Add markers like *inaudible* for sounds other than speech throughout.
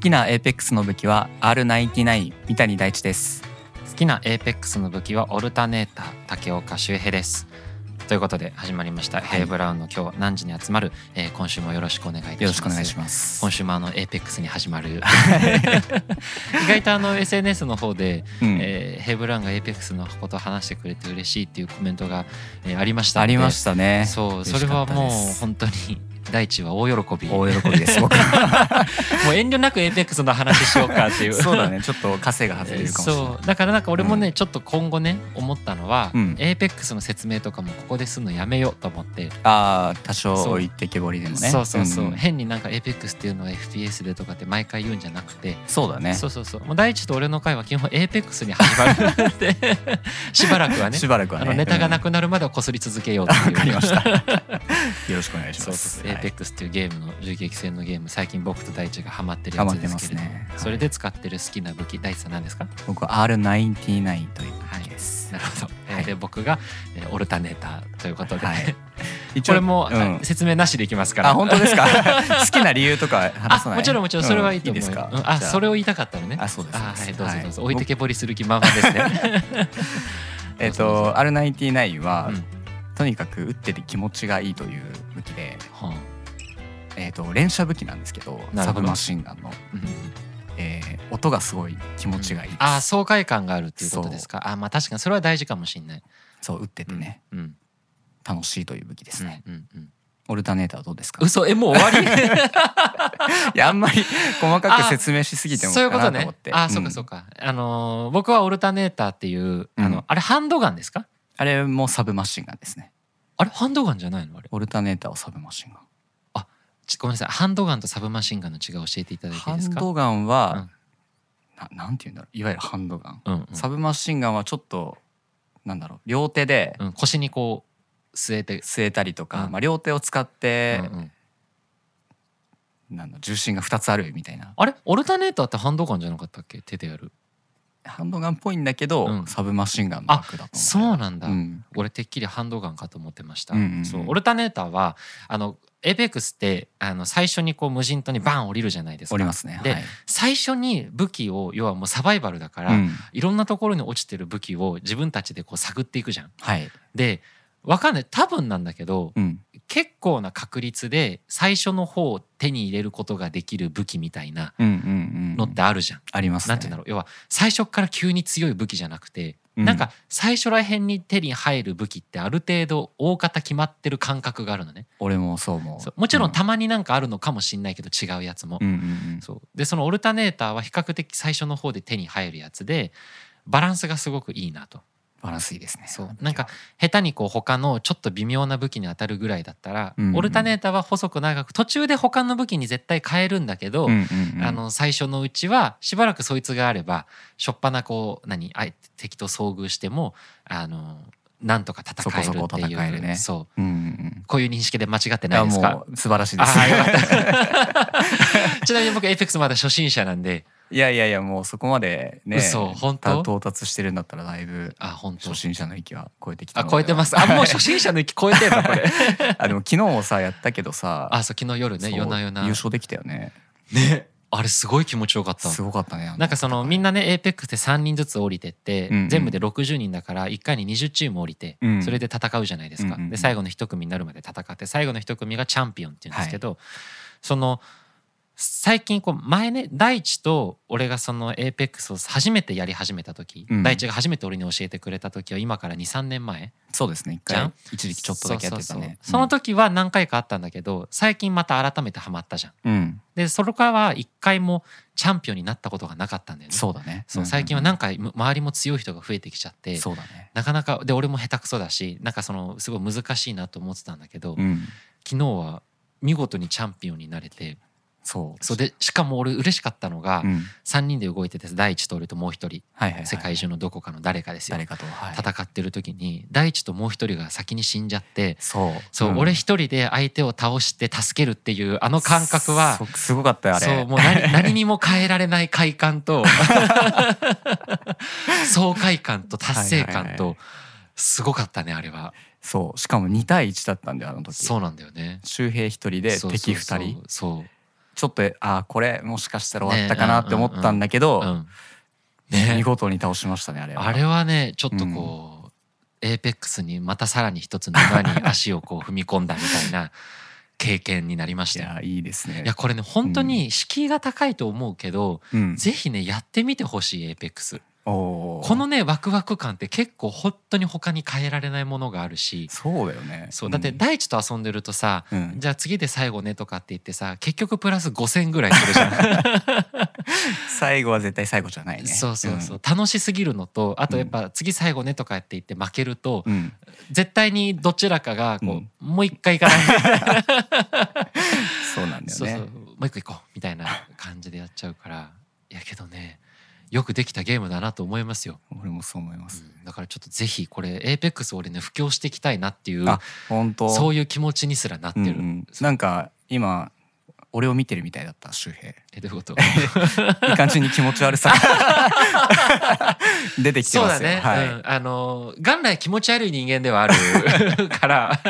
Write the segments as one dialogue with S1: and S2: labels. S1: きな APEX の武器は R99 三谷大地です
S2: 好きな APEX の武器はオルタネーター竹岡修平ですということで始まりました「ヘイブラウンの今日何時に集まる」えー今週もよろしくお願いいたします
S1: よろしくお願いします
S2: 今週もあの APEX に始
S1: *laughs*
S2: まる意外とあの SNS の方で、
S1: うん
S2: えーヘイブラウンが APEX のことを話してくれて嬉しいっていうコメントが、えーありました
S1: あ
S2: ので
S1: りましたね
S2: そう
S1: 嬉
S2: そ
S1: し
S2: れ
S1: か
S2: は
S1: ったで
S2: もう
S1: す
S2: 本当に大地は大喜び
S1: 大喜びです僕
S2: もう遠慮なく APEX の話しようかっ
S1: *laughs*
S2: ていう
S1: そうだねちょっと稼が外れるかもしれない、
S2: そうだからなんか俺もね、
S1: う
S2: ちょっと今後ね思ったのは、
S1: うん
S2: APEX の説明とかもここですんのやめようと思って、
S1: ああ多少置いてけぼりでもね
S2: そうそうそう、
S1: ん
S2: 変になんか APEX っていうのは FPS でとかって毎回言うんじゃなくて、
S1: そうだね
S2: そうそうそうもう大地と俺の会は基本 APEX に始まるって
S1: *laughs*
S2: しばらくはね
S1: しばらくは
S2: あ
S1: ね
S2: のネタがな
S1: く
S2: くなるまではこすり続けようっていう。
S1: わかりま
S2: *laughs*
S1: したよろしくお願いし
S2: そ
S1: ま
S2: う
S1: す
S2: そうそう APEX っていうゲームの銃撃戦のゲーム最近僕と大地がハマってる
S1: は
S2: や
S1: い、頑張って
S2: つで
S1: ますす
S2: けれども、
S1: ね
S2: それで使ってる好きな武器大地さん何ですか
S1: 僕は R99 という武器です、
S2: なるほど、えー
S1: はい
S2: で僕が、えーオルタネーターということで、
S1: はい
S2: *laughs*
S1: 一
S2: こ
S1: 応
S2: れも、
S1: うん
S2: あ説明なしでいきますから
S1: あ本当ですか *laughs* 好きな理由とか話さ
S2: あ
S1: ない
S2: もちろんもちろんそれはいいと思う、
S1: んですか、
S2: うんあそれ
S1: を
S2: を言いたかったのね
S1: あそうです
S2: あはい
S1: そうです
S2: どうぞどうぞ、
S1: はい
S2: 置いてけぼりする気満々ですね
S1: えっ、と R99 は、
S2: うん
S1: とにかく打ってて気持ちがいいという武器で、
S2: はあ
S1: えっと連射武器なんですけど
S2: なる
S1: サ
S2: ほど
S1: ブマシンガンの、
S2: うん
S1: えー音がすごい気持ちがいいです、
S2: あ爽快感があるっていうことですかあまあ確かにそれは大事かもしれない
S1: そう打っててね、
S2: うんうん
S1: 楽しいという武器ですね、
S2: うんうん
S1: オルタネーターはどうですか
S2: 嘘えもう終わ
S1: *laughs*
S2: り
S1: いやあんまり細かく説明しすぎても
S2: そういうこと
S1: かなと思
S2: ね
S1: って
S2: あそうかそううんか、あのー僕はオルタネーターっていうあの、
S1: うん
S2: あれハンドガンですか
S1: あれもサブマシンガンですね
S2: あれハンドガンじゃないのあれ
S1: オルタネーターはサブマシンガン
S2: ちごめんなさいハンドガンとサブマシンガンの違いを教えていただいてい
S1: ハ
S2: いで
S1: ン
S2: すか
S1: ドガンは、ななんて言うんだろういわゆるハンドガン、
S2: うんうん
S1: サブマシンガンはちょっとなんだろう両手で
S2: うん、腰にこう据えて、
S1: 据えたりとか、
S2: うん
S1: まあ、両手を使って、
S2: うんうん
S1: なんだ重心が2つあるみたいな
S2: あれオルタネーターってハンドガンじゃなかったっけ手でやる
S1: ハンドガンっぽいんだけど、
S2: うん
S1: サブマシンガンの枠だと
S2: そ
S1: 思
S2: う
S1: う
S2: なんだ、
S1: うん
S2: 俺てっきりハンドガンかと思ってました、
S1: うんうんうん
S2: そうオルタネーターはあのエーペックスってあの最初にこう無人島にバーン降りるじゃないですか
S1: おりますね
S2: で
S1: はい
S2: 最初に武器を要はもうサバイバルだから、
S1: うん
S2: いろんなところに落ちてる武器を自分たちでこう探っていくじゃん
S1: はい
S2: でわかんない多分なんだけど
S1: うん
S2: 結構な確率で最初の方を手に入れることができる武器みたいな
S1: うんうんうん
S2: のってあるじゃん。
S1: ありますね
S2: なんていうんだろう要は最初から急に強い武器じゃなくて、
S1: うん
S2: なんか最初らへんに手に入る武器ってある程度大方決まってる感覚があるのね。
S1: 俺もそう思う
S2: そうもちろ
S1: うん
S2: たまになんかあるのかもしんないけど違うやつも。
S1: うんうんうん
S2: そうでそのオルタネーターは比較的最初の方で手に入るやつでバランスがすごくいいなと。
S1: バランスいいですね
S2: そうなんか下手にこう他のちょっと微妙な武器に当たるぐらいだったら、
S1: うんうん
S2: オルタネーターは細く長く途中で他の武器に絶対変えるんだけど、
S1: うんうんうん
S2: あの最初のうちはしばらくそいつがあればしょっぱなこう何あえて敵と遭遇してもあのなんとか戦えるって
S1: そ
S2: いう
S1: こそこ戦えるね
S2: そう
S1: うんうん
S2: こういう認識で間違って
S1: うん
S2: ない
S1: あ
S2: ですか
S1: もう素晴らしいで
S2: あ
S1: す
S2: ーよかったちなみに僕エイペックスまだ初心者なんで
S1: *laughs* いやいやいやもうそこまでね
S2: 嘘本当
S1: 到達してるんだったらだいぶ
S2: あ本当
S1: 初心者の域は超えてきた
S2: あ
S1: ので
S2: 超えてますあもう初心者の域超えてんのこれ
S1: *laughs* あでも昨日もさやったけどさ
S2: あそう昨日夜ね
S1: そう
S2: 夜な夜な
S1: 優勝できたよね
S2: ねあれすごい気持ちよかった
S1: すごかったね
S2: なんかそのみんなね APEX って3人ずつ降りてって、
S1: うんうん
S2: 全部で60人だから1回に20チーム降りて、
S1: うん
S2: それで戦うじゃないですか、
S1: うんうんうん
S2: で最後の1組になるまで戦って最後の1組がチャンピオンっていうんですけど、その最近こう前ね大地と俺がその APEX を初めてやり始めた時、
S1: うん
S2: 大地が初めて俺に教えてくれた時は今から23年前
S1: そうですね一
S2: じゃ
S1: 回
S2: ん
S1: 一時期ちょっとだけやってた
S2: そうそうそう
S1: ね
S2: その時は何回かあったんだけど最近また改めてハマったじゃん
S1: うんうん
S2: でそれからは1回もチャンピオンになったことがなかったんだよね
S1: そうだね
S2: そ
S1: ん
S2: うん
S1: ん
S2: 最近はなんかむ周りも強い人が増えてきちゃって
S1: そうだね
S2: なかなかで俺も下手くそだしなんかそのすごい難しいなと思ってたんだけど、
S1: うん
S2: 昨日は見事にチャンピオンになれて
S1: そう
S2: そうでしかも俺嬉しかったのが
S1: うん
S2: 3人で動いてて第一と俺ともう一人
S1: はいはいはい
S2: 世界中のどこかの誰かですよ
S1: 誰かとはい
S2: 戦ってる時に第一ともう一人が先に死んじゃって
S1: そう
S2: そう、
S1: ん
S2: 俺一人で相手を倒して助けるっていうあの感覚は
S1: そうすごかったよあれ
S2: そうも
S1: *laughs*
S2: う何何にも変えられない快感と爽快感と達
S1: は
S2: 成
S1: い
S2: 感
S1: はいは
S2: とすごかったねあれは
S1: そうしかも2対1だったんだよあの時
S2: そうなんだよね
S1: 周平一人で
S2: そうそうそ
S1: 敵
S2: う
S1: 2人
S2: そう
S1: ちょっとあーこれもしかしたら終わったかなって思ったんだけど、
S2: うんね
S1: 見事に倒しましたねあれは
S2: あれはねちょっとこう、エーペックスにまたさらに一つ沼に足をこう踏み込んだみたいな経験になりまし
S1: い
S2: たよ
S1: やいいですね
S2: いやこれね本当に敷居が高いと思うけど、
S1: うん、
S2: ぜひねやってみてほしいエーペックス
S1: おー
S2: このねワクワク感って結構本当に他に変えられないものがあるし
S1: そうだよね
S2: そうだって
S1: ん
S2: 大地と遊んでるとさ、
S1: うん
S2: じゃあ次で最後ねとかって言ってさ結局プラス5,000ぐらいするじゃ
S1: 最後は絶対最後じゃないね
S2: ん *laughs* そうそうそう、楽しすぎるのとあとやっぱ次最後ねとかって言って負けると、
S1: うん、うん
S2: 絶対にどちらかがこう、
S1: うん
S2: もう一回行かない
S1: そうなんだよ
S2: そうそうも
S1: ね
S2: う一個行こうみたいな感じでやっちゃうからいやけどねよくできたゲームだなと思いますよ、
S1: 俺もそう思います、
S2: だからちょっとぜひこれ APEX 俺ね布教していきたいなっていう
S1: あ本当
S2: そういう気持ちにすらなって
S1: うんう
S2: る、
S1: ん、なんか今俺を見てるみたいだった周平
S2: えどういうこと
S1: *laughs* いい感じに気持ち悪さ *laughs* 出てきて
S2: そう
S1: ま
S2: だ
S1: すよ、
S2: ね、
S1: はい、
S2: うん、あの元来気持ち悪い人間ではあ
S1: *laughs*
S2: るから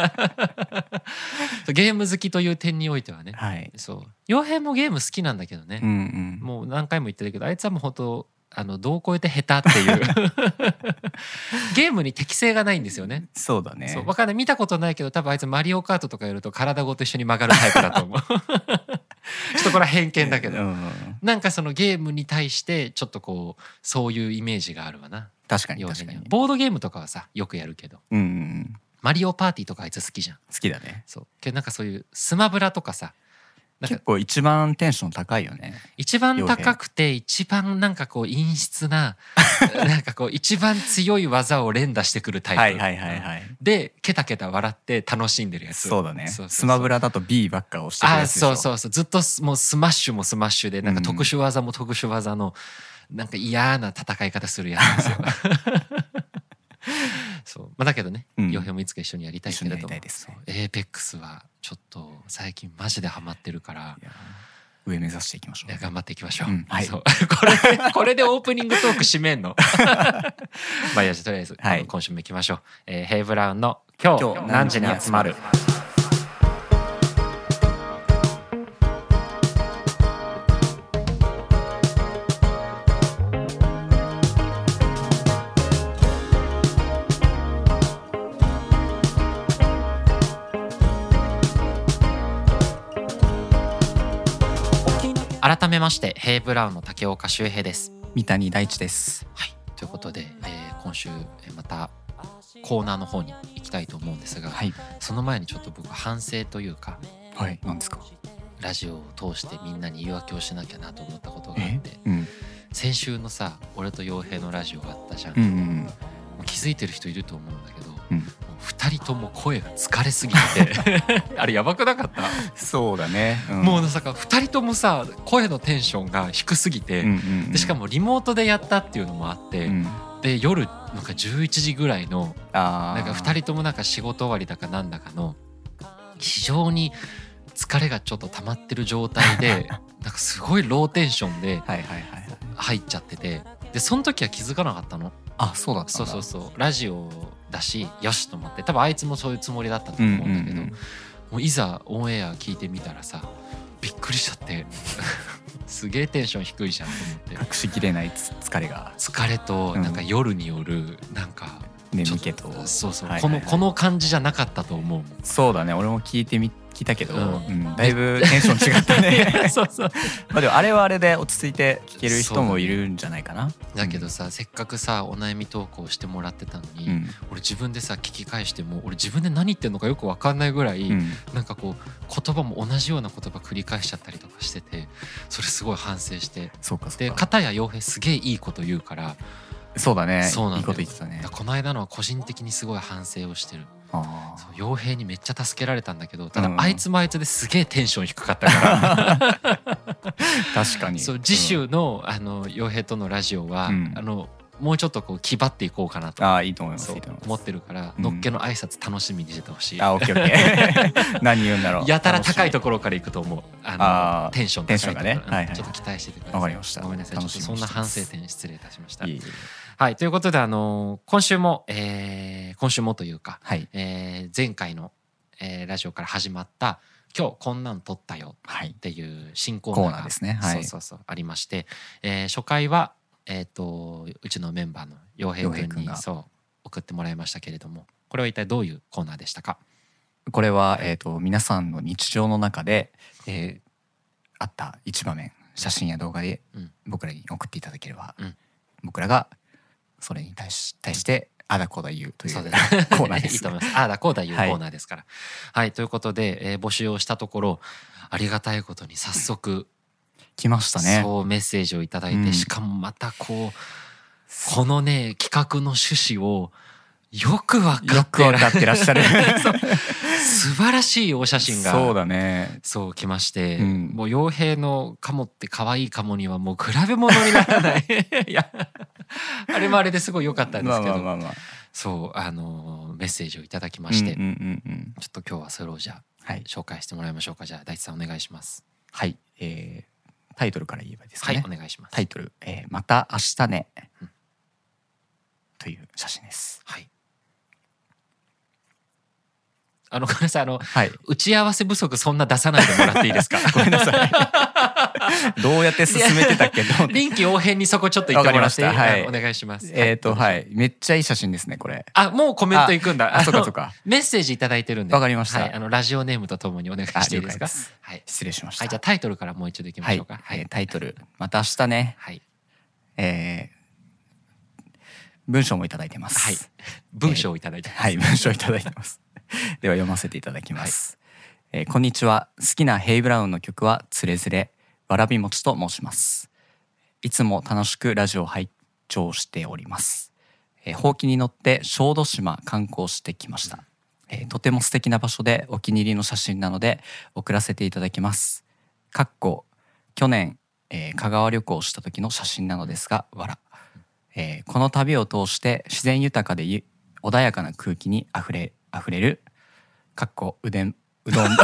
S2: ゲーム好きという点においてはね
S1: はい
S2: そう傭兵もゲーム好きなんだけどね、
S1: うんうん
S2: もう何回も言ってるけどあいつはもう本当あの度を超えて下手っ
S1: *laughs*
S2: ていうゲームに適性がないんですよね。
S1: そうだね
S2: そう分かんない見たことないけど多分あいつマリオカートとかやると体ごと一緒に曲がるタイプだ
S1: *laughs*
S2: と思うちょっとこれは偏見だけど、
S1: うん
S2: なんかそのゲームに対してちょっとこうそういうイメージがあるわな
S1: 確かに
S2: 傭兵
S1: 確か
S2: に
S1: に
S2: はボードゲームとかはさよくやるけど
S1: うんうん
S2: マリオパーティーとかあいつ好きじゃん
S1: 好きだね
S2: そうけどなんかそういうスマブラとかさなんか
S1: 結構一番テンション高いよね
S2: 一番高くて一番なんかこう陰
S1: *laughs*
S2: 湿ななんかこう一番強い技を連打してくるタイプ、
S1: はいはいはいはい、
S2: でケタケタ笑って楽しんでるやつ
S1: そうだね
S2: そうそうそう
S1: スマブラだと B ばっか押してくる
S2: あ
S1: やつでしょ
S2: そうそうそうずっとすもうスマッシュもスマッシュでなんか
S1: うん
S2: 特殊技も特殊技のなんか嫌な戦い方するやつですよそうまあだけどね
S1: うん
S2: 洋平、もいつか一緒にやりたいけ
S1: 一緒
S2: れ
S1: にや
S2: ど
S1: り
S2: も
S1: たいですね
S2: そう APEX はちょっと最近マジでハマってるから
S1: いや上目指していきましょ
S2: いや
S1: う
S2: 頑張っていきましょう。
S1: うんはい
S2: そう *laughs* これでこれでオープニングトーク締め
S1: *laughs*
S2: んの。まあいいやじゃあとりあえず、
S1: はい
S2: あの今週も行きましょう。えーヘイブラウンの今日
S1: 今日
S2: 何時に集まる。改めましてヘイブラウンの竹岡修平です。
S1: 三谷大地です
S2: はい、ということで、えー今週えーまたコーナーの方に行きたいと思うんですが、
S1: はい
S2: その前にちょっと僕反省というか
S1: はいなんですか
S2: ラジオを通してみんなに言い訳をしなきゃなと思ったことがあって
S1: うん
S2: 先週のさ俺と洋平のラジオがあったじゃん、
S1: うんう
S2: も
S1: ん
S2: う気づいてる人いると思うんだけども
S1: うん
S2: う2人とも声が疲れすぎてあれやばくなかった、
S1: そうだね、 *laughs* うん
S2: もうなんか2人ともさ声のテンションが低すぎて、
S1: うんうんうん
S2: でしかもリモートでやったっていうのもあって、
S1: うん
S2: で夜なんか11時ぐらいの
S1: あ
S2: なんか2人ともなんか仕事終わりだかなんだかの非常に疲れがちょっと溜まってる状
S1: *laughs*
S2: 態でなんかすごいローテンションで
S1: はいはいはいはい
S2: 入っちゃっててでその時は気づかなかったの
S1: あそうだったんだ
S2: そうそうそうラジオだしよしと思って多分あいつもそういうつもりだったと思うんだけ
S1: う
S2: ど、
S1: んうんうん
S2: もういざオンエア聞いてみたらさびっくりしちゃって *laughs* すげえテンション低いじゃんと思って
S1: 隠しきれないつ疲れが
S2: 疲れとなんか夜によるなんかちょ
S1: 眠
S2: っ
S1: 気と
S2: そうそう、
S1: はい
S2: こ
S1: はい
S2: の
S1: はい
S2: この感じじゃなかったと思う
S1: そうだね俺も聞いてみ聞いたけど、
S2: う
S1: うんんだいぶテンション違った *laughs* ね
S2: そうそう
S1: まあでもあれはあれで落ち着いて聞ける人もいるんじゃないかな
S2: だけどさ、せっかくさお悩み投稿してもらってたのに、
S1: うん
S2: 俺自分でさ聞き返しても俺自分で何言ってんのかよく分かんないぐらい、
S1: うん
S2: なんかこう言葉も同じような言葉繰り返しちゃったりとかしててそれすごい反省して
S1: そうかそう
S2: で
S1: か
S2: 片や洋平すげえいいこと言うから
S1: そうだね
S2: そうな
S1: い
S2: んだよ
S1: いこと言ってたね
S2: だからこの間のは個人的にすごい反省をしてる
S1: あー
S2: そう傭兵にめっちゃ助けられたんだけどただ
S1: うん
S2: あいつもあいつですげえテンション低かったから。
S1: 確かに
S2: そう次週のあの傭兵とのラジオは、
S1: うん
S2: あのもうちょっとこう気張っていこうかなと
S1: ああいいと思います
S2: そう
S1: いいと思い
S2: 思
S1: ま
S2: っ
S1: す
S2: てるから、
S1: うん
S2: のっけの挨拶楽しみにしててほしい。
S1: あオッケーオッケ
S2: *laughs*
S1: ー何言うんだろう
S2: やたら高い
S1: 楽し
S2: ところから行くと思う。あの
S1: あー
S2: テンション高いところ
S1: テンションがね
S2: うん
S1: はいはい
S2: ちょっと期待しててください。
S1: わかりました
S2: ごめんなさい。ちょ
S1: 楽
S2: っ
S1: しみ
S2: と
S1: に
S2: そんな
S1: してま
S2: 反
S1: す
S2: 省点失礼いたしました。
S1: みいい
S2: はいということであのー今週も、えー今週もというか、
S1: はい
S2: えー前回の、えーラジオから始まった今日こんなん撮ったよ
S1: はい
S2: っ。ていう新コーナー
S1: コー
S2: が
S1: ナーですね。はい。
S2: そうそうそうありまして、えー初回は、えー、とうちのメンバーの洋平
S1: 洋平
S2: 君
S1: 君
S2: に
S1: が
S2: そう送ってもらいましたけれどもこれは一体どういうコーナーでしたか
S1: これは、えっ、と、皆さんの日常の中で、えーあった一場面、写真や動画で
S2: うん
S1: 僕らに送っていただければ、
S2: うん
S1: 僕らがそれに対し対して、あだこうだ言うという
S2: そうです
S1: コーナーで
S2: *laughs* いい
S1: す
S2: と。思いますああだこうだいうコ
S1: はい
S2: ーナーですから。はい、ということで、えー募集をしたところありがたいことに早速、
S1: 来ましたね。
S2: そうメッセージをいただいて、
S1: うん
S2: しかもまたこうこのね企画の趣旨をよく分か
S1: よ
S2: っ
S1: く
S2: て
S1: わ
S2: ら
S1: かってらっしゃ *laughs* る。
S2: 素晴らしいお写真が
S1: そうだね。
S2: そう来まして、
S1: うん
S2: もう傭兵のカモって可愛いカモにはもう比べ物にならない
S1: *laughs*
S2: いやあれもあれですごい良かったんです
S1: まあ
S2: けど、
S1: まあまあまあ。
S2: そうあのメッセージをいただきまして、
S1: うんうんうんうん。
S2: ちょっと今日はそれをじゃあ
S1: はい。
S2: 紹介してもらいましょうかじゃあ大地さんお願いします
S1: はい。えー、タイトルから言えばいいですか
S2: は
S1: ね。
S2: いお願いします
S1: タイトル、えーまた明日ね
S2: うん。
S1: という写真です。
S2: はいあのごめんなさいあの
S1: はい。
S2: 打ち合わせ不足そんな出さないでもらっていいですか
S1: *laughs* ごめんなさい。どうやって進めてたっけと思って。
S2: 臨機応変にそこちょっと言ってもらっていい
S1: わかり *laughs* ましたはい
S2: あのお願いします
S1: えっと、
S2: い
S1: はい。めっちゃいい写真ですね、これ。
S2: あもうコメントいくんだ
S1: あ、そうか
S2: の
S1: そうか。
S2: メッセージいただいてるんで。
S1: わかりました
S2: はい、あのラジオネームとともにお願い
S1: あ
S2: していいですか。
S1: 了解です
S2: はい。
S1: 失礼しまし
S2: は
S1: た。
S2: い、じゃあタイトルからもう一度いきま
S1: は
S2: し
S1: い
S2: ょ
S1: う
S2: か。は
S1: えー
S2: い。
S1: タイトル、また明日ね。
S2: はい。
S1: えー文章もいただいてます。
S2: はい文章をいただいて。
S1: はい、文章いただいてます。 *laughs* では読ませていただきます。えーこんにちは。好きなヘイブラウンの曲はつれづれわらびもちと申します。いつも楽しくラジオを拝聴しております。えー、ほうきに乗って小豆島観光してきました。えーとても素敵な場所でお気に入りの写真なので送らせていただきます。かっこ去年、えー香川旅行をした時の写真なのですが、わら。えーこの旅を通して自然豊かでゆ穏やかな空気にあふれあふれるかっこうでんうどん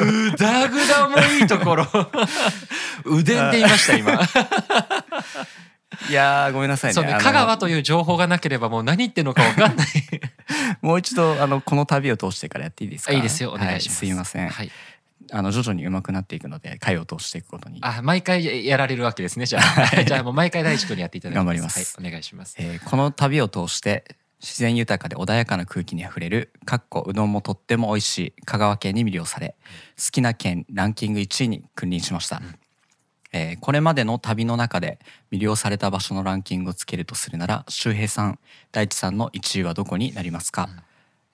S2: ぐだぐだもいいと
S1: *laughs*
S2: ころ。腕って言いました今。
S1: *laughs* いやーごめんなさいね
S2: そうね
S1: あ。の
S2: 香川という情報がなければもう何言ってんのかわかんない。
S1: *laughs* もう一度あのこの旅を通してからやっていいですか
S2: あいいですよお願いし
S1: は
S2: ます。
S1: すいません、
S2: はい。
S1: あの徐々に上手くなっていくので会を通していくことに、
S2: あ毎回やられるわけですね。じゃあ *laughs* じゃあもう毎回大地君にやっていただきます。
S1: 頑張ります
S2: はい。お願いします。
S1: えーこの旅を通して自然豊かで穏やかな空気にあふれるかっこうどんもとっても美味しい香川県に魅了され好きな県ランキング1位に君臨しました、えーこれまでの旅の中で魅了された場所のランキングをつけるとするなら周平さん大地さんの1位はどこになりますか、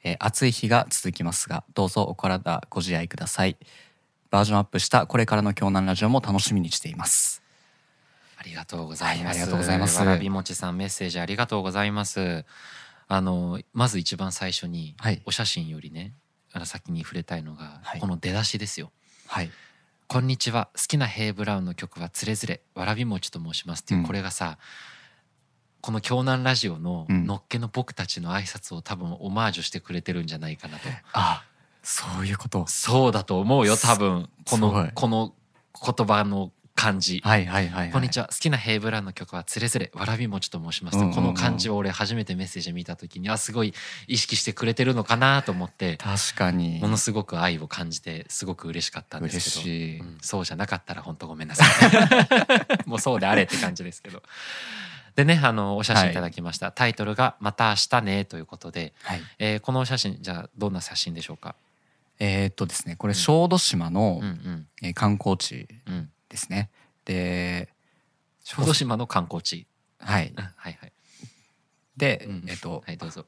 S1: えー暑い日が続きますがどうぞお体ご自愛くださいバージョンアップしたこれからの京南ラジオも楽しみにしています
S2: ありがとうございます。
S1: はいありがとうございます
S2: わらびもちさんメッセージありがとうございます。あのまず一番最初に、
S1: はい
S2: お写真よりね、あの先に触れたいのが、
S1: はい
S2: この出だしですよ。
S1: はい
S2: こんにちは。好きなヘイブラウンの曲はつれづれわらびもちと申しますっていう、
S1: うん
S2: これがさ。この京南ラジオの
S1: うん
S2: のっけの僕たちの挨拶を多分オマージュしてくれてるんじゃないかなと、
S1: あそういうこと
S2: そうだと思うよ多分こ
S1: すご
S2: の
S1: い
S2: この言葉の感じ
S1: はいはいはい、はい、
S2: こんにちは好きなヘイブランの曲は「つれづれわらび餅」と申します
S1: うん
S2: と
S1: うんうん
S2: この漢字を俺初めてメッセージ見た時にあすごい意識してくれてるのかなと思って
S1: 確かに
S2: ものすごく愛を感じてすごく嬉しかったんで
S1: 嬉
S2: すけど、
S1: しい、
S2: うんそうじゃなかったら本当ごめんなさい *laughs* もうそうであれって感じですけどでねあのお写真いただきました、タイトルが「また明日ね」ということで、
S1: はい、
S2: えーこのお写真じゃあどんな写真でしょうか
S1: えー、っとですねこ
S2: う
S1: れ
S2: ん
S1: 小豆島の、
S2: うんうん
S1: えー観光地
S2: うん
S1: ですねで
S2: 小豆島の観光地
S1: はい
S2: うんはいはい、
S1: で、
S2: うん
S1: えーっと、
S2: はいどうぞ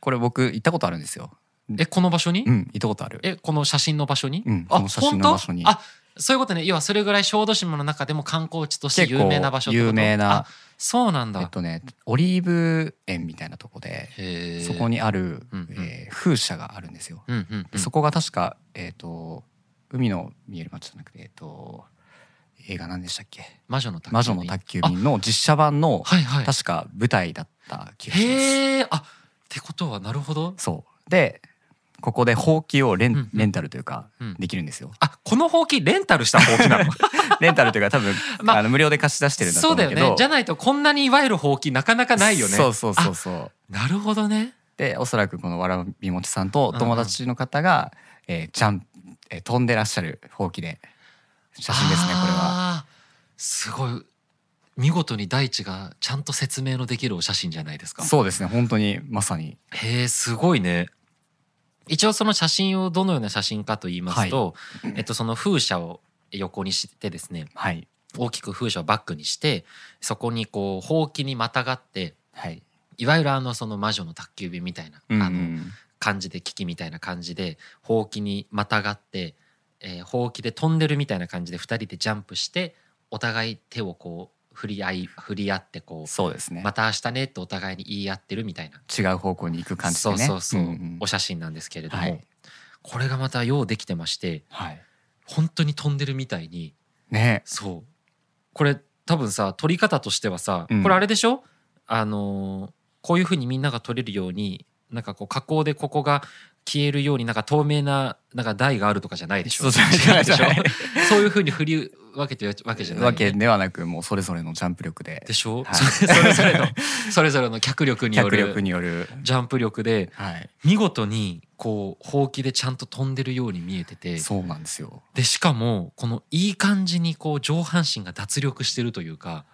S1: これ僕行ったことあるんですよ
S2: えこの場所に、
S1: うん行ったことある
S2: えこの写真の場所に、
S1: うん
S2: あ
S1: この写真の場所に
S2: 本当あそういうことね要はそれぐらい小豆島の中でも観光地として有名な場所ってこと
S1: 有名
S2: あ
S1: な
S2: そうなんだ、
S1: えっとねオリーブ園みたいなとこで
S2: へえ
S1: そこにある、
S2: うんうん
S1: えー風車があるんですよ、
S2: うんうんうん、
S1: でそこが確かえーっと海の見える街じゃなくてえーっと映画何でしたっけ
S2: 魔女の宅急
S1: 魔
S2: 便
S1: 女の宅急便の実写版の
S2: はいはい
S1: 確か舞台だった気がします。
S2: へえあってことはなるほど、
S1: そうでここでほうきをレン,、
S2: うんうん
S1: レンタルというか
S2: うん、
S1: できるんですよ。
S2: あこのほうきレンタルしたほうき
S1: *laughs*
S2: なの
S1: レンタルというか
S2: *laughs*
S1: 多分、
S2: まあ
S1: あの無料で貸し出してるんだと
S2: そう
S1: 思
S2: だ
S1: う
S2: よ
S1: けど
S2: ねじゃないとこんなにいわゆるほうきなかなかないよね
S1: そうそうそうそう
S2: なるほどね
S1: でおそらくこのわらびもちさんとお友達の方が、えージャンえー飛んでらっしゃるほうきで写真ですねこれは。
S2: あーすごい見事に大地がちゃんと説明のできるお写真じゃないですか
S1: そうですね本当にまさに
S2: へえすごいね一応その写真をどのような写真かと言いますと、えっと、その風車を横にしてですね
S1: はい
S2: 大きく風車をバックにしてそこにこうほうきにまたがって
S1: はい、
S2: いわゆるあのその魔女の宅急便みたいな、
S1: うん
S2: あの感じで危機みたいな感じでほうきにまたがって、えーほうきで飛んでるみたいな感じで2人でジャンプしてお互い手をこう振り合い振り合ってこ
S1: そうです
S2: う
S1: ね、
S2: また明日ねってお互いに言い合ってるみたいな
S1: 違う方向に行く感じでね。
S2: そうそうそう、
S1: んん
S2: お写真なんですけれども、
S1: はい
S2: これがまたようできてまして
S1: はい、
S2: 本当に飛んでるみたいに
S1: ね
S2: そうこれ多分さ撮り方としてはさ、
S1: うん
S2: これあれでしょあのーこういうふうにみんなが撮れるようになんかこう加工でここが消えるようになんか透明ななんか台があるとかじゃないでしょ
S1: そうじゃない
S2: 違うでしょ
S1: じゃない
S2: そういうふうに振り分けてるわけじゃないよ
S1: わ
S2: ね、
S1: けではなくもうそれぞれのジャンプ力で
S2: でしょ、
S1: はい
S2: それそれぞれのそれぞれの脚力によ
S1: 脚
S2: る
S1: 力による、
S2: ジャンプ力で
S1: はい、
S2: 見事にこうほうきでちゃんと飛んでるように見えてて
S1: そうなんですよ。
S2: でしかもこのいい感じにこう上半身が脱力してるというか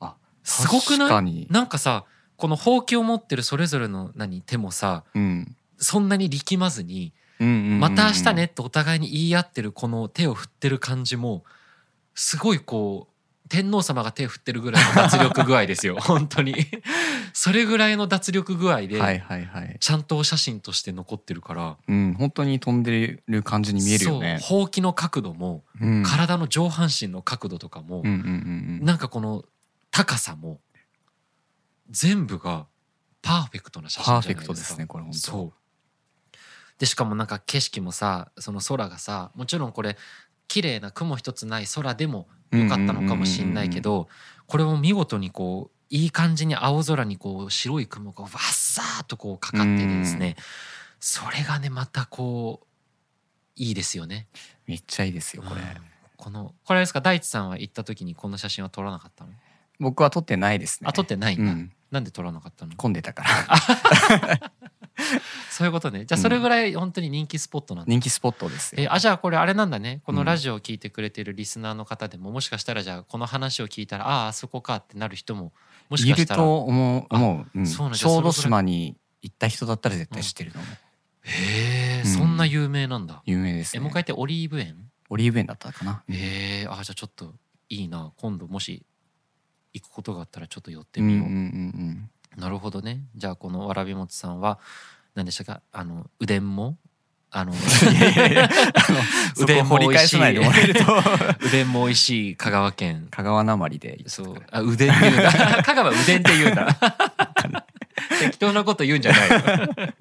S1: あ
S2: すごく
S1: 確か
S2: ない
S1: に、
S2: なんかさこのほうきを持ってるそれぞれの何手もさ
S1: うん
S2: そんなに力まずに
S1: うんうんうんう
S2: 「
S1: ん
S2: また明日ね」ってお互いに言い合ってるこの手を振ってる感じもすごいこう天皇様が手を振ってるぐらいの脱力具
S1: *laughs*
S2: 合ですよ本当にそれぐらいの脱力具合
S1: はい
S2: で
S1: はいはい。
S2: ちゃんとお写真として残ってるから
S1: うん、本当に飛んでる感じに見えるよね。
S2: そうほうきの角度も
S1: うん、
S2: 体の上半身の角度とかも
S1: うんうんうんうん。
S2: なんかこの高さも全部がパーフェクトな写
S1: パー
S2: 真
S1: フェ
S2: じゃな
S1: ク
S2: い
S1: ト
S2: で
S1: ですす
S2: か
S1: ね。これ本当。
S2: そうでしかもなんか景色もさその空がさもちろんこれ綺麗な雲一つない空でも良かったのかもしんないけどこれを見事にこういい感じに青空にこう白い雲がわっさーっとこうかかっててですねそれがねまたこういいですよね
S1: めっちゃいいですよこれ。
S2: うんこのこれあれですか大地さんは行った時にこの写真は撮らなかったの
S1: 僕は撮ってないですね。
S2: あ撮ってないん
S1: う
S2: だ、
S1: ん、
S2: なんで撮らなかったの
S1: 混んでたから。
S2: そういうことねじゃあそれぐらい本当に人気スポットなんだ、
S1: 人気スポットですよ。
S2: えあじゃあこれあれなんだねこのラジオを聞いてくれてるリスナーの方でも、もしかしたらじゃあこの話を聞いたらあああそこかってなる人ももし
S1: い
S2: かし
S1: る
S2: たら
S1: と思う思う。うん
S2: そうなんだ
S1: 小豆島に行った人だったら絶対知ってるの、
S2: へえ、
S1: うん
S2: そんな有名なんだ、
S1: 有名です、
S2: え
S1: ね。
S2: もう一回言ってオリーブ園
S1: オリーブ園だったかな。
S2: へえあじゃあちょっといいな今度もし行くことがあったらちょっと寄って
S1: うんう
S2: み
S1: ん
S2: よう、
S1: うん
S2: なるほどねじゃあこのわらびもちさんは何でしたかあのうでんもあの
S1: うん。いやいやいやあの *laughs* そこ
S2: 腕も
S1: 掘り返さないでもらえると
S2: うでんも美味しい香川県
S1: *laughs* 香川なまりで
S2: そう。あ、うでんって言うん
S1: *laughs*
S2: だ。香川うでんって言うんだ。適当なこと言うんじゃない
S1: *laughs*
S2: よ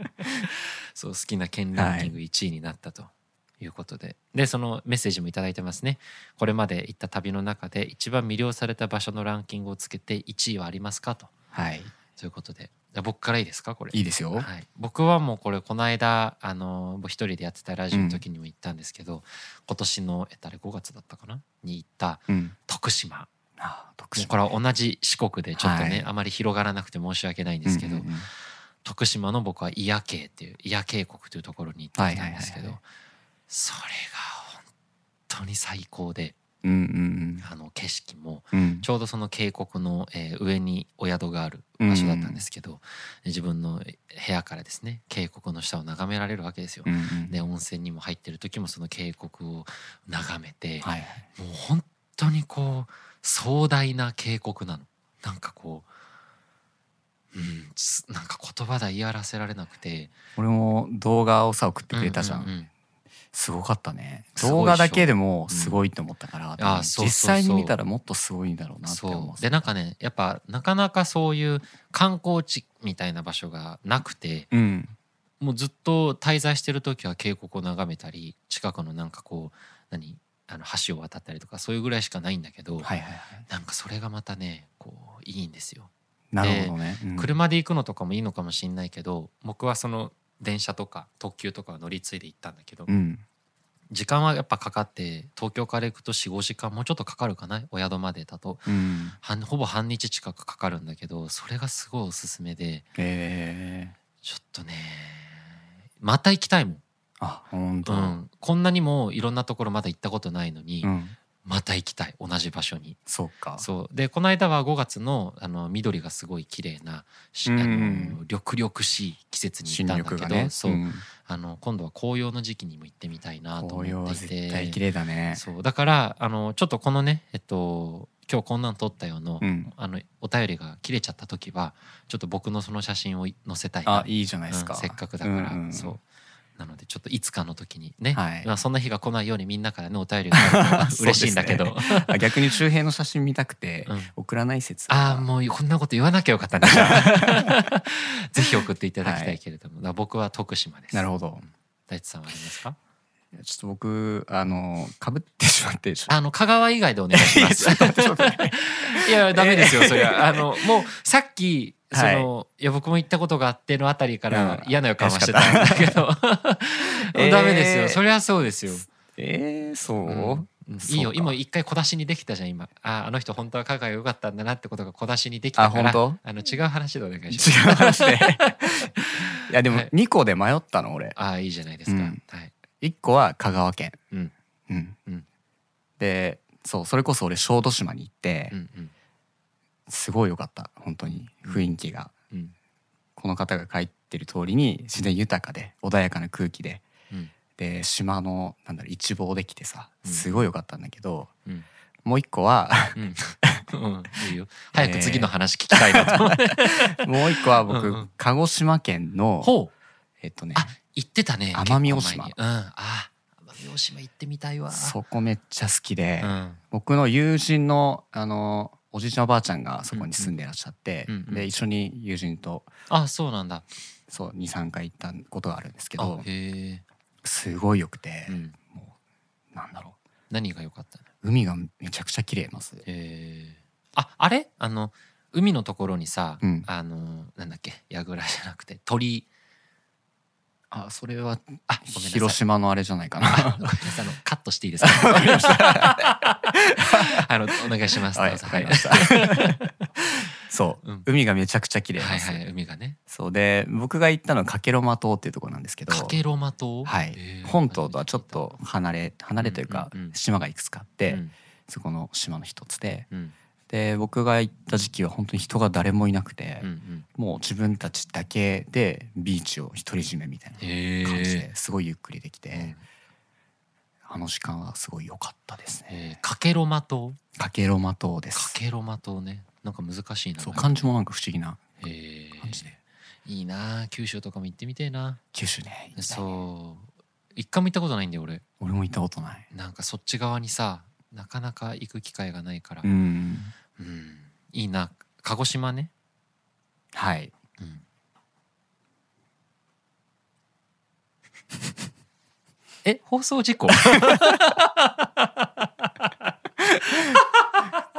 S2: そう、好きな県ランキング1位になったと。いうことででそのメッセージもいただいてますねこれまで行った旅の中で一番魅了された場所のランキングをつけて1位はありますかと
S1: はい
S2: ということであ僕からいいですかこれ
S1: いいですよ、
S2: はい、僕はもうこれこの間あの僕一人でやってたラジオの時にも行ったんですけど、今年のえっとあれ5月だったかなに行った
S1: うん
S2: 徳島
S1: あ徳
S2: もう
S1: 島
S2: これは同じ四国でちょっとね、
S1: はい
S2: あまり広がらなくて申し訳ないんですけど、
S1: うんうんうん
S2: 徳島の僕は祖谷渓っていう祖谷渓谷というところに行ってきたんですけ
S1: はいはい
S2: ど、
S1: はいはい
S2: それが本当に最高で
S1: うんうん
S2: あの景色も
S1: うんうん
S2: ちょうどその渓谷の、えー上にお宿がある場所だったんですけど、自分の部屋からですね渓谷の下を眺められるわけですよ。
S1: うんうん
S2: で温泉にも入ってる時もその渓谷を眺めて、
S1: はい
S2: もう本当にこう壮大な渓谷なのなんかこううんすなんか言葉で言い表せられなくて
S1: 俺も動画をさ送ってくれたじゃん,、
S2: ううう
S1: すごかったね
S2: すごいっしょ
S1: 動画だけでもすごいと思ったから、多分
S2: あそうそうそう
S1: 実際に見たらもっとすごいんだろうなって思
S2: そううでなんかねやっぱなかなかそういう観光地みたいな場所がなくて
S1: うん
S2: もうずっと滞在してる時は渓谷を眺めたり近くのなんかこう何あの橋を渡ったりとかそういうぐらいしかないんだけど、
S1: はいはいはい
S2: なんかそれがまたねこういいんですよ。
S1: なるほどね、うん
S2: 車で行くのとかもいいのかもしれないけど僕はその電車とか特急とかを乗り継いで行ったんだけど、
S1: うん
S2: 時間はやっぱかかって東京から行くと45時間もうちょっとかかるかなお宿までだと
S1: うん
S2: 半ほぼ半日近くかかるんだけどそれがすごいおすすめで
S1: え
S2: ちょっとねまた行きたいもん、
S1: あ本当、
S2: う
S1: うん
S2: ん、こんなにもいろんなところまだ行ったことないのに、
S1: うん、
S2: また行きたい同じ場所に
S1: そうか
S2: そうでこの間は5月のあの緑がすごい綺麗なしあ
S1: うんうん
S2: の緑々しい季節に行
S1: 新
S2: ったん
S1: 緑
S2: だ
S1: が
S2: けど、
S1: ね
S2: そう、
S1: ん
S2: あの今度は紅葉の時期にも行ってみたいなと
S1: 紅葉
S2: 思
S1: は
S2: っていて
S1: 絶対綺麗だね
S2: そうだからあのちょっとこのねえっと今日こんなん撮ったよの,、
S1: うん
S2: あのお便りが切れちゃった時はちょっと僕のその写真を載せたいな
S1: あいいじゃないですか、
S2: うんせっかくだから、
S1: うんうん
S2: そうなのでちょっといつかの時にね、
S1: はい
S2: まあ、そんな日が来ないようにみんなからねお便りが
S1: *laughs*
S2: あるのが嬉しいんだけど、
S1: そうあ逆に周平の写真見たくて
S2: *laughs* うん
S1: 送らない説
S2: ああもうこんなこと言わなきゃよかったねじゃ
S1: *laughs*
S2: あぜひ送っていただきたいけれども、だから僕は徳島です
S1: なるほど
S2: 大地さんはありますか
S1: ちょっと僕あのかぶってしまってちょ
S2: あの香川以外でお願いします
S1: *laughs* いやちょっとちょっと
S2: *laughs* いやダメですよ
S1: えー
S2: それはあのもうさっきその、い、や僕も行ったことがあってのあたりから
S1: うん
S2: 嫌な予感はしてたんだけど、
S1: えー
S2: *laughs* ダメですよそりゃそうですよ、
S1: えー、そう、
S2: うん
S1: そう
S2: いいよ
S1: か
S2: 今一回小出しにできたじゃん今ああの人本当は香川良かったんだなってことが小出しにできたから
S1: あ本
S2: あの違う話でお願
S1: 違
S2: いし
S1: う
S2: ます
S1: 話で
S2: *laughs*
S1: いやでも
S2: はい
S1: 2個で迷ったの俺
S2: ああいいじゃないですか、
S1: うん
S2: はい
S1: 1個は香川県
S2: うん
S1: うん
S2: うん
S1: でそうそれこそ俺小豆島に行って、
S2: うんうん
S1: すごい良かった本当に雰囲気が、
S2: うん
S1: この方が書いてる通りに自然豊かで穏やかな空気で
S2: うん
S1: で島のなんだろう一望できてさ
S2: うん
S1: すごい良かったんだけど、
S2: うん
S1: もう一個
S2: *laughs*
S1: は
S2: うん、うんいいよ早く次の話聞きたいなと思って、
S1: *laughs* もう一個は僕
S2: うんうん
S1: 鹿児島県の
S2: ほう
S1: えっとね
S2: あ行ってたね
S1: 奄美大島
S2: 結構前にうんああ奄美大島行ってみたいわ
S1: そこめっちゃ好きで、
S2: うん
S1: 僕の友人のあのおじいちゃんおばあちゃんがそこに住んでらっしゃって、
S2: うんうん
S1: で一緒に友人と
S2: あそうなんだ
S1: そう23回行ったことがあるんですけ
S2: あ
S1: ど
S2: へ
S1: すごい良くて
S2: え、う、ん、
S1: もうなんだろ
S2: 何が良かったの
S1: う海がめちゃくちゃ綺麗まず
S2: へえああれあの海のところにさ、
S1: うん
S2: あのなんだっけ櫓じゃなくて鳥
S1: あそれは
S2: あごめんな
S1: 広
S2: さい
S1: 島のあれじゃないか
S2: *laughs* あ
S1: な
S2: ごめんなさいあのカットしていいですか
S1: *laughs*
S2: あのお願いします
S1: はい
S2: どうぞ
S1: わかりました
S2: *laughs*
S1: そう、
S2: うん
S1: 海がめちゃくちゃ綺麗
S2: は
S1: ないんです、
S2: はい海がね
S1: そうで僕が行ったのはかけろま島っていうところなんですけど
S2: かけろま島
S1: はい
S2: へえ
S1: 本島とはちょっと離れ離れというか
S2: うんうんうん
S1: 島がいくつかあって、
S2: うん
S1: そこの島の一つで
S2: うん
S1: で僕が行った時期は本当に人が誰もいなくて、
S2: うんうん
S1: もう自分たちだけでビーチを独り占めみたいな
S2: へ
S1: 感じ
S2: え
S1: ですごいゆっくりできて、あの時間はすごい良かったですね。
S2: えーかけろま島
S1: かけろま島で
S2: か
S1: す。
S2: けろま島ねなんか難しいな
S1: そう漢字もなんか不思議な
S2: へえ
S1: 感じで
S2: いいなあ九州とかも行ってみてえな
S1: 九州ね。行きたい
S2: そう一回も行ったことないんだよ俺
S1: 俺も行ったことない。
S2: なんかそっち側にさなかなか行く機会がないから、
S1: うん。
S2: うんいいな鹿児島ね、
S1: はい。
S2: うん、え放送事故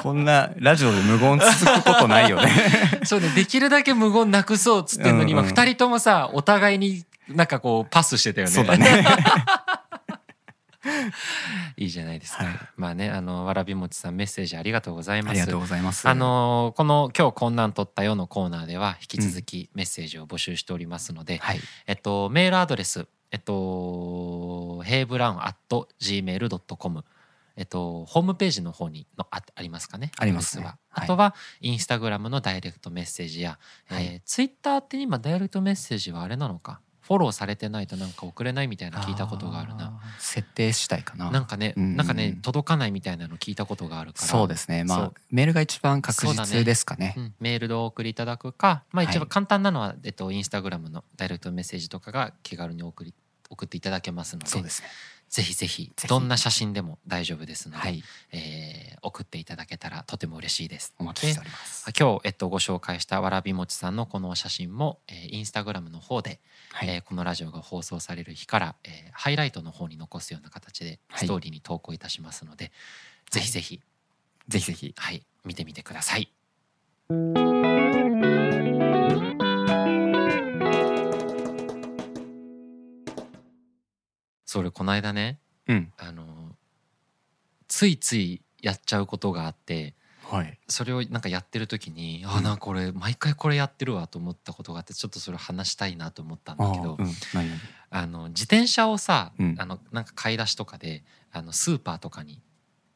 S1: こんなラジオで無言続くことないよね。
S2: *laughs*
S1: *laughs*
S2: そうねできるだけ無言なくそうっつってんのに、
S1: うんうん
S2: 今2人ともさお互いになんかこうパスしてたよね
S1: そうだね。
S2: いいじゃないですか、
S1: はい
S2: まあねあのわらびもちさんメッセージありがとうござい
S1: あ
S2: ま
S1: りが
S2: す
S1: とうございます。
S2: あのーこの今日こんなん撮ったよのコーナーでは引き続きメッセージを募集しておりますので、
S1: はい。
S2: えっとメールアドレスえっとヘイブラウン at gmail ドットコムえっとホームページの方にのあありますかね
S1: ありますね
S2: アドレスは
S1: はい
S2: あとはインスタグラムのダイレクトメッセージや、
S1: はい
S2: えーツイッターって今ダイレクトメッセージはあれなのかフォローされてないとなんか送れないみたいな聞いたことがあるな。
S1: ー。設定次第かな。
S2: なんかね、
S1: うんうん
S2: なんかね届かないみたいなの聞いたことがあるから
S1: そうですね。
S2: そ
S1: まあ
S2: う
S1: メールが一番確実ですかね
S2: う。ん、メールでお送りいただくか、まあ、
S1: はい
S2: 一番簡単なのは、えっと、インスタグラムのダイレクトメッセージとかが気軽に送り送っていただけますので
S1: そうですね。
S2: ぜひぜひ
S1: ぜひ
S2: どんな写真でも大丈夫ですので、
S1: はい。
S2: えー送っていただけたらとても嬉しいです。
S1: お待ちしております
S2: で。今日、えっと、ご紹介したわらびもちさんのこのお写真も、えーインスタグラムの方で、
S1: はい。
S2: えーこのラジオが放送される日から、えーハイライトの方に残すような形で
S1: はい
S2: ストーリーに投稿いたしますので、ぜひぜひ、
S1: ぜひぜひ。
S2: はい、見てみてください。それこの間ね
S1: うん。
S2: あのついついやっちゃうことがあって
S1: はい。
S2: それをなんかやってる時に、あなんかこれ毎回これやってるわと思ったことがあってちょっとそれを話したいなと思ったんだ
S1: あ
S2: け
S1: ー
S2: ど
S1: うん。何々
S2: あの自転車をさ、
S1: うん
S2: あのなんか買い出しとかであのスーパーとかに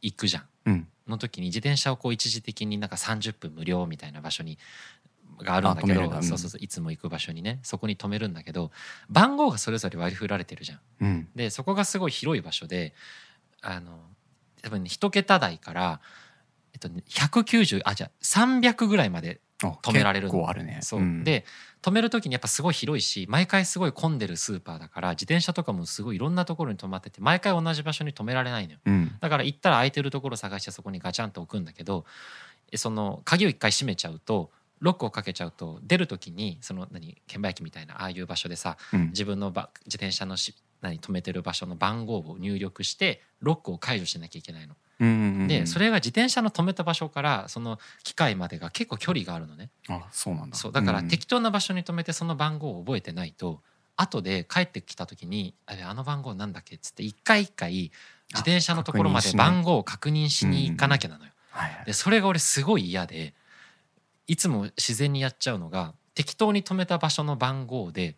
S2: 行くじゃん。
S1: うん。
S2: の時に自転車をこう一時的になんか30分無料みたいな場所にがあるんだけ
S1: あ止める
S2: ど
S1: んだうん
S2: そうそうそういつも行く場所にねそこに止めるんだけど番号がそれぞれ割り振られてるじゃん。
S1: うん。
S2: でそこがすごい広い場所であの多分ね一桁台から、えっとね、190あじゃあ300ぐらいまで
S1: 止
S2: 止められるの
S1: 結構あるね。
S2: そう、
S1: ん、
S2: で止める時にやっぱすごい広いし毎回すごい混んでるスーパーだから自転車とかもすごいいろんなところに止まってて毎回同じ場所に止められないのよ
S1: うん。
S2: だから行ったら空いてるところ探してそこにガチャンと置くんだけどえその鍵を一回閉めちゃうとロックをかけちゃうと出る時にその何券売機みたいなああいう場所でさ
S1: うん。
S2: 自分のば自転車のし何止めてる場所の番号を入力してロックを解除しなきゃいけないの。
S1: うんうんうん
S2: でそれが自転車の止めた場所からその機械までが結構距離があるのね。
S1: あそうなんだ。
S2: そうだから
S1: ん
S2: 適当な場所に止めてその番号を覚えてないと後で帰ってきた時に「あれあの番号なんだっけ?」っつって一回一回自転車のところまで
S1: 確認しない
S2: 番号を確認しに行かなきゃなのよ。
S1: はいはい
S2: でそれが俺すごい嫌でいつも自然にやっちゃうのが適当に止めた場所の番号で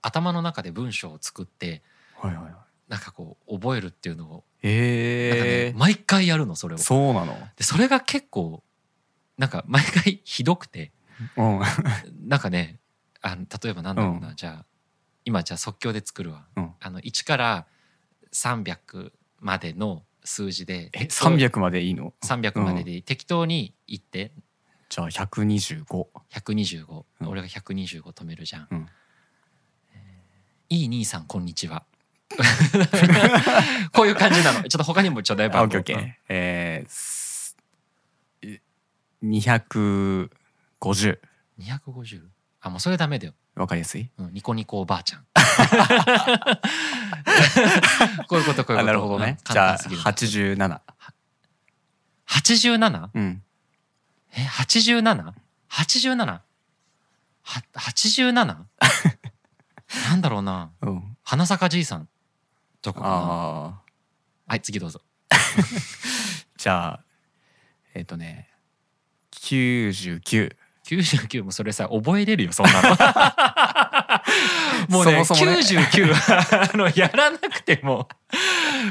S2: 頭の中で文章を作って
S1: はいはいはい。
S2: なんかこう覚えるっていうのをなんかね、
S1: ええ
S2: 毎回やるのそれを。
S1: そうなの。
S2: でそれが結構なんか毎回ひどくて
S1: うん。
S2: なんかねあの例えばなんだろうな、
S1: う
S2: じゃあ今じゃあ即興で作るわ、
S1: うん
S2: あの1から300までの数字で
S1: え、三百までいいの？
S2: 300までで適当に言って
S1: じゃあ百二十五。
S2: 125、
S1: うん
S2: 俺が125止めるじゃん、
S1: うん
S2: えーいい兄さんこんにちは *laughs* こういう感じなのちょっと他にもちょうだい
S1: あ、オ
S2: 番
S1: ッケ
S2: 号
S1: ーオッケー。えー、二百五十。
S2: うん250あもうそれダメだよ、
S1: わかりやすい？
S2: うん、ニコニコおば
S1: *laughs*
S2: あちゃんこういうことこういうこと
S1: あ、なるほど
S2: うん
S1: ね。じ
S2: 簡
S1: ゃあ
S2: 単すぎる
S1: 八十七。
S2: 87?
S1: うん。
S2: え 87?87? は 87?
S1: *laughs*
S2: なんだろうな
S1: うん。
S2: 花坂じいさんとかかな
S1: ああ。
S2: はい次どうぞ
S1: じゃあえっ、とね九十九。
S2: 99もそれさ覚えれるよそんな
S1: *laughs*
S2: のもうね
S1: そもそもね
S2: 99はあのやらなくても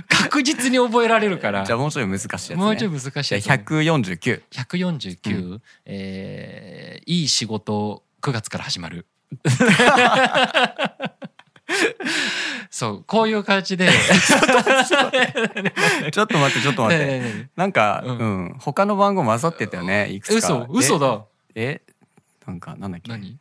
S2: 確実に覚えられるから
S1: じゃあもうちょい難しいやつね。
S2: もうちょい
S1: い。
S2: 難しいやつ
S1: じゃ
S2: ね
S1: あ百四十九。
S2: 149、えーいい仕事9月から始
S1: *laughs*
S2: まる。そうこういう感じで
S1: ちょっと待ってちょっと
S2: *laughs*
S1: 待って。
S2: ね
S1: なんか、
S2: う
S1: うんん、他の番号混ざってたよね。いくつ
S2: 嘘
S1: か。
S2: 嘘だ
S1: え。え、なんか、なんだっけ。
S2: 何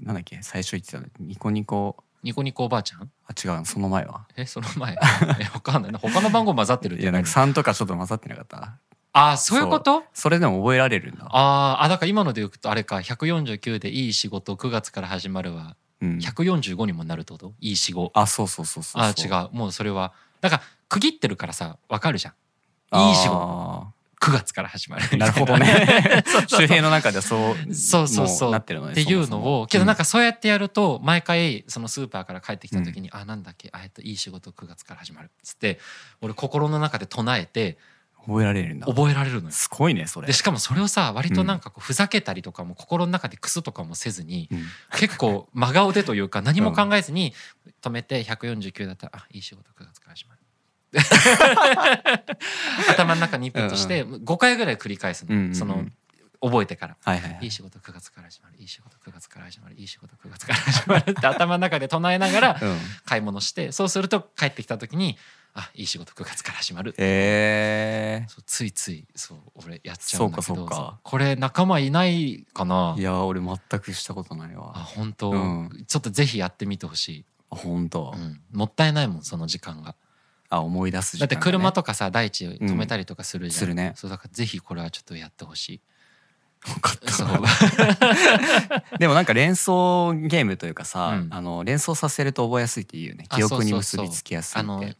S1: なんだっけ、最初言ってたの、ニコニコ、
S2: ニコニコおばあちゃん
S1: あ、違う、その前は。
S2: えその前 *laughs* えわかんないな他の番号混ざってるっ
S1: い
S2: て
S1: や、なんか三とかちょっと混ざってなかった。
S2: あそういうこと
S1: それでも覚えられるんだ。
S2: あーあだから今ので言うとあれか149でいい仕事9月から始まるは
S1: うん。
S2: 145にもなるってこといい仕事
S1: あ、そうそうそうそう
S2: あ
S1: そう。
S2: 違うもうそれはだから区切ってるからさわかるじゃん
S1: あー
S2: いい仕9月から始まるみ
S1: な
S2: た
S1: いるほど *laughs* ね。周平の中ではそう、
S2: そうそうそう
S1: もなってるのね。
S2: *laughs* っていう
S1: そも
S2: の
S1: そ
S2: を
S1: も
S2: けどなん、かそうやってやると毎回そのスーパーから帰ってきた時に「あなんだっけあえっといい仕事9月から始まる」っつって俺心の中で唱えて
S1: うん覚えられるんだ。
S2: 覚えられるのよ。
S1: すごいね、それ
S2: で。しかもそれをさ割となんかこうふざけたりとかも心の中でクスとかもせずに
S1: うん
S2: 結構真顔でというか何も考えずに止めて149だったら「あいい仕事9月から
S1: *laughs*
S2: 始まる」頭の中にインプットして5回ぐらい繰り返す
S1: うんうんう
S2: の
S1: ん
S2: その覚えてから。
S1: はいはいはい
S2: いい仕事9月から始まるいい仕事9月から始まるいい仕事9月から始まるっ
S1: *laughs*
S2: て頭の中で唱えながら
S1: い。うん。
S2: 買い物してそうすると帰ってきた時にあいい仕事9月から始まる
S1: え
S2: そうついついそう俺やっちゃうんだけど
S1: そうかそうか
S2: うこれ仲間いないかな
S1: ー。いや、俺全くしたことない
S2: あ
S1: わ。
S2: 本当、
S1: うん
S2: ちょっとぜひやってみてほしい、
S1: あ本当
S2: う。ん、もったいないもんその時間が
S1: あ、思い出す時間
S2: だって
S1: がね
S2: 車とかさ大地止めたりとかする
S1: うん
S2: じゃん、
S1: するね
S2: そうだからぜひこれはちょっとやってほしい
S1: 分かった
S2: そう *laughs*
S1: でもなんか連想ゲームというかさ、
S2: うん
S1: あの連想させると覚えやすいっていうね *laughs*
S2: あ
S1: 記憶に
S2: そう
S1: 結
S2: そうそう
S1: びつきやすい
S2: あ
S1: って
S2: の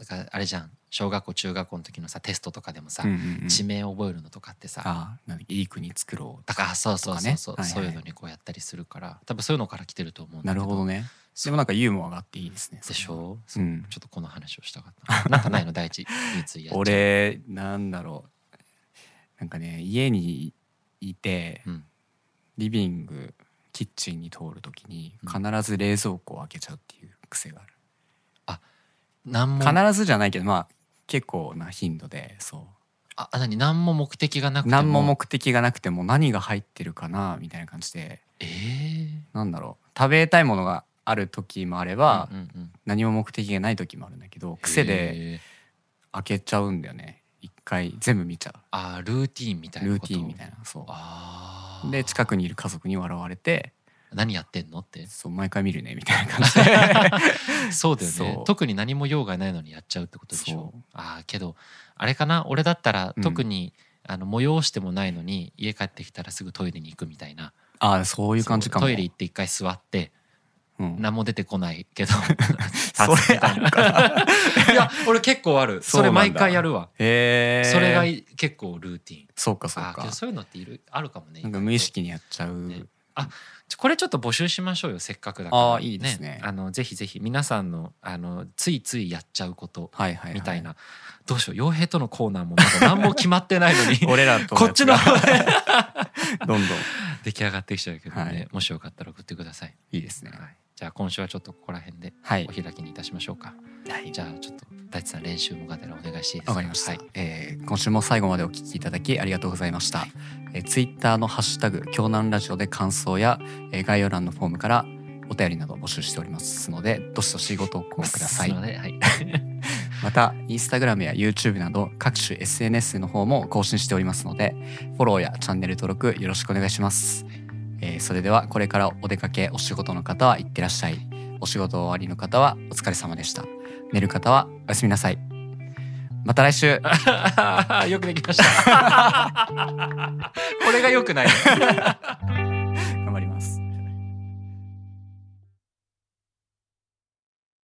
S2: だからあれじゃん小学校中学校の時のさテストとかでもさ、
S1: うんうんうん
S2: 地名を覚えるのとかってさ
S1: あなんだいい国作ろう
S2: だからそうそうそうそう、
S1: とかねはいはい
S2: そういうのにこうやったりするから多分そういうのから来てると思うん
S1: な
S2: だけ
S1: る
S2: ど
S1: ほどね
S2: そ
S1: で
S2: う
S1: もなんかユーモアがあっていいですね
S2: でしょ
S1: それはうん
S2: ち
S1: *laughs*
S2: ょっとこの話をしたかったななんかないの第一ついやっちゃう
S1: 俺なんだろうなんかね家にいて
S2: うん
S1: リビングキッチンに通るときに必ず冷蔵庫を開けちゃうっていう癖がある、
S2: 何も
S1: 必ずじゃないけどまあ結構な頻度でそ
S2: ああ何何も目的がなく
S1: う
S2: ても
S1: 何も目的がなくても何が入ってるかなみたいな感じで
S2: ええ
S1: なんだろう食べたいものがある時もあれば、
S2: うんうんうん
S1: 何も目的がない時もあるんだけど癖で
S2: ええ
S1: 開けちゃうんだよね一回全部見ちゃ
S2: あルーティーンみたいうな
S1: ルー
S2: こと
S1: ティンみたいなそう
S2: あー
S1: で近くにいる家族に笑われて
S2: 何やってんの *laughs* って
S1: そう毎回見るねみたいな感じ
S2: *laughs*
S1: で
S2: そうだよ
S1: そ
S2: ね
S1: う
S2: 特に何も用がないのにやっちゃうってことでしょ
S1: そう
S2: ああけどあれかな俺だったら
S1: うん
S2: 特に、あの催してもないのに家帰ってきたらすぐトイレに行くみたいな
S1: ああそういう感じかも
S2: そうトイレ行って一回座って
S1: うん
S2: 何も出てこないけど
S1: それあるかな
S2: *laughs* いや俺結構 *laughs* ある
S1: そう
S2: それ
S1: なんだ
S2: 毎回やるわ、
S1: へえ
S2: それがい結構ルーティン
S1: そうかそう
S2: ああけ
S1: か
S2: どそういうのっているあるかもね
S1: なんか無意識にやっちゃう、
S2: ねちょこれちょっと募集しましょうよせっかくだから
S1: あーいいですね
S2: あのぜひぜひ皆さんのあのついついやっちゃうこと
S1: はいはい、は
S2: みたいな、どうしよう傭兵とのコーナーもまだ何も決まってないのに
S1: *laughs* 俺らと
S2: こっちの方
S1: や
S2: が
S1: つがどんどん
S2: *laughs* 出来上がってきちゃうけどね、
S1: はい
S2: もしよかったら送ってください、
S1: いいですね
S2: はい、じゃあ今週はちょっとここら辺で
S1: はい
S2: お開きにいたしましょうか、
S1: はい
S2: じゃあちょっと大地さん練習もがてらお願いしていいですか
S1: わかりました、
S2: はい
S1: えー今週も最後までお聞きいただきありがとうございました、えツイッター Twitter のハッシュタグ京南ラジオで感想や、えー概要欄のフォームからお便りなど募集しておりますのでどしどしご投稿ください
S2: そうねはい、 *laughs*
S1: またインスタグラムや YouTube など各種 SNS の方も更新しておりますのでフォローやチャンネル登録よろしくお願いします、えーそれではこれからお出かけお仕事の方はいってらっしゃいお仕事終わりの方はお疲れ様でした寝る方はおやすみなさいまた来週
S2: よくできましたこれがよくない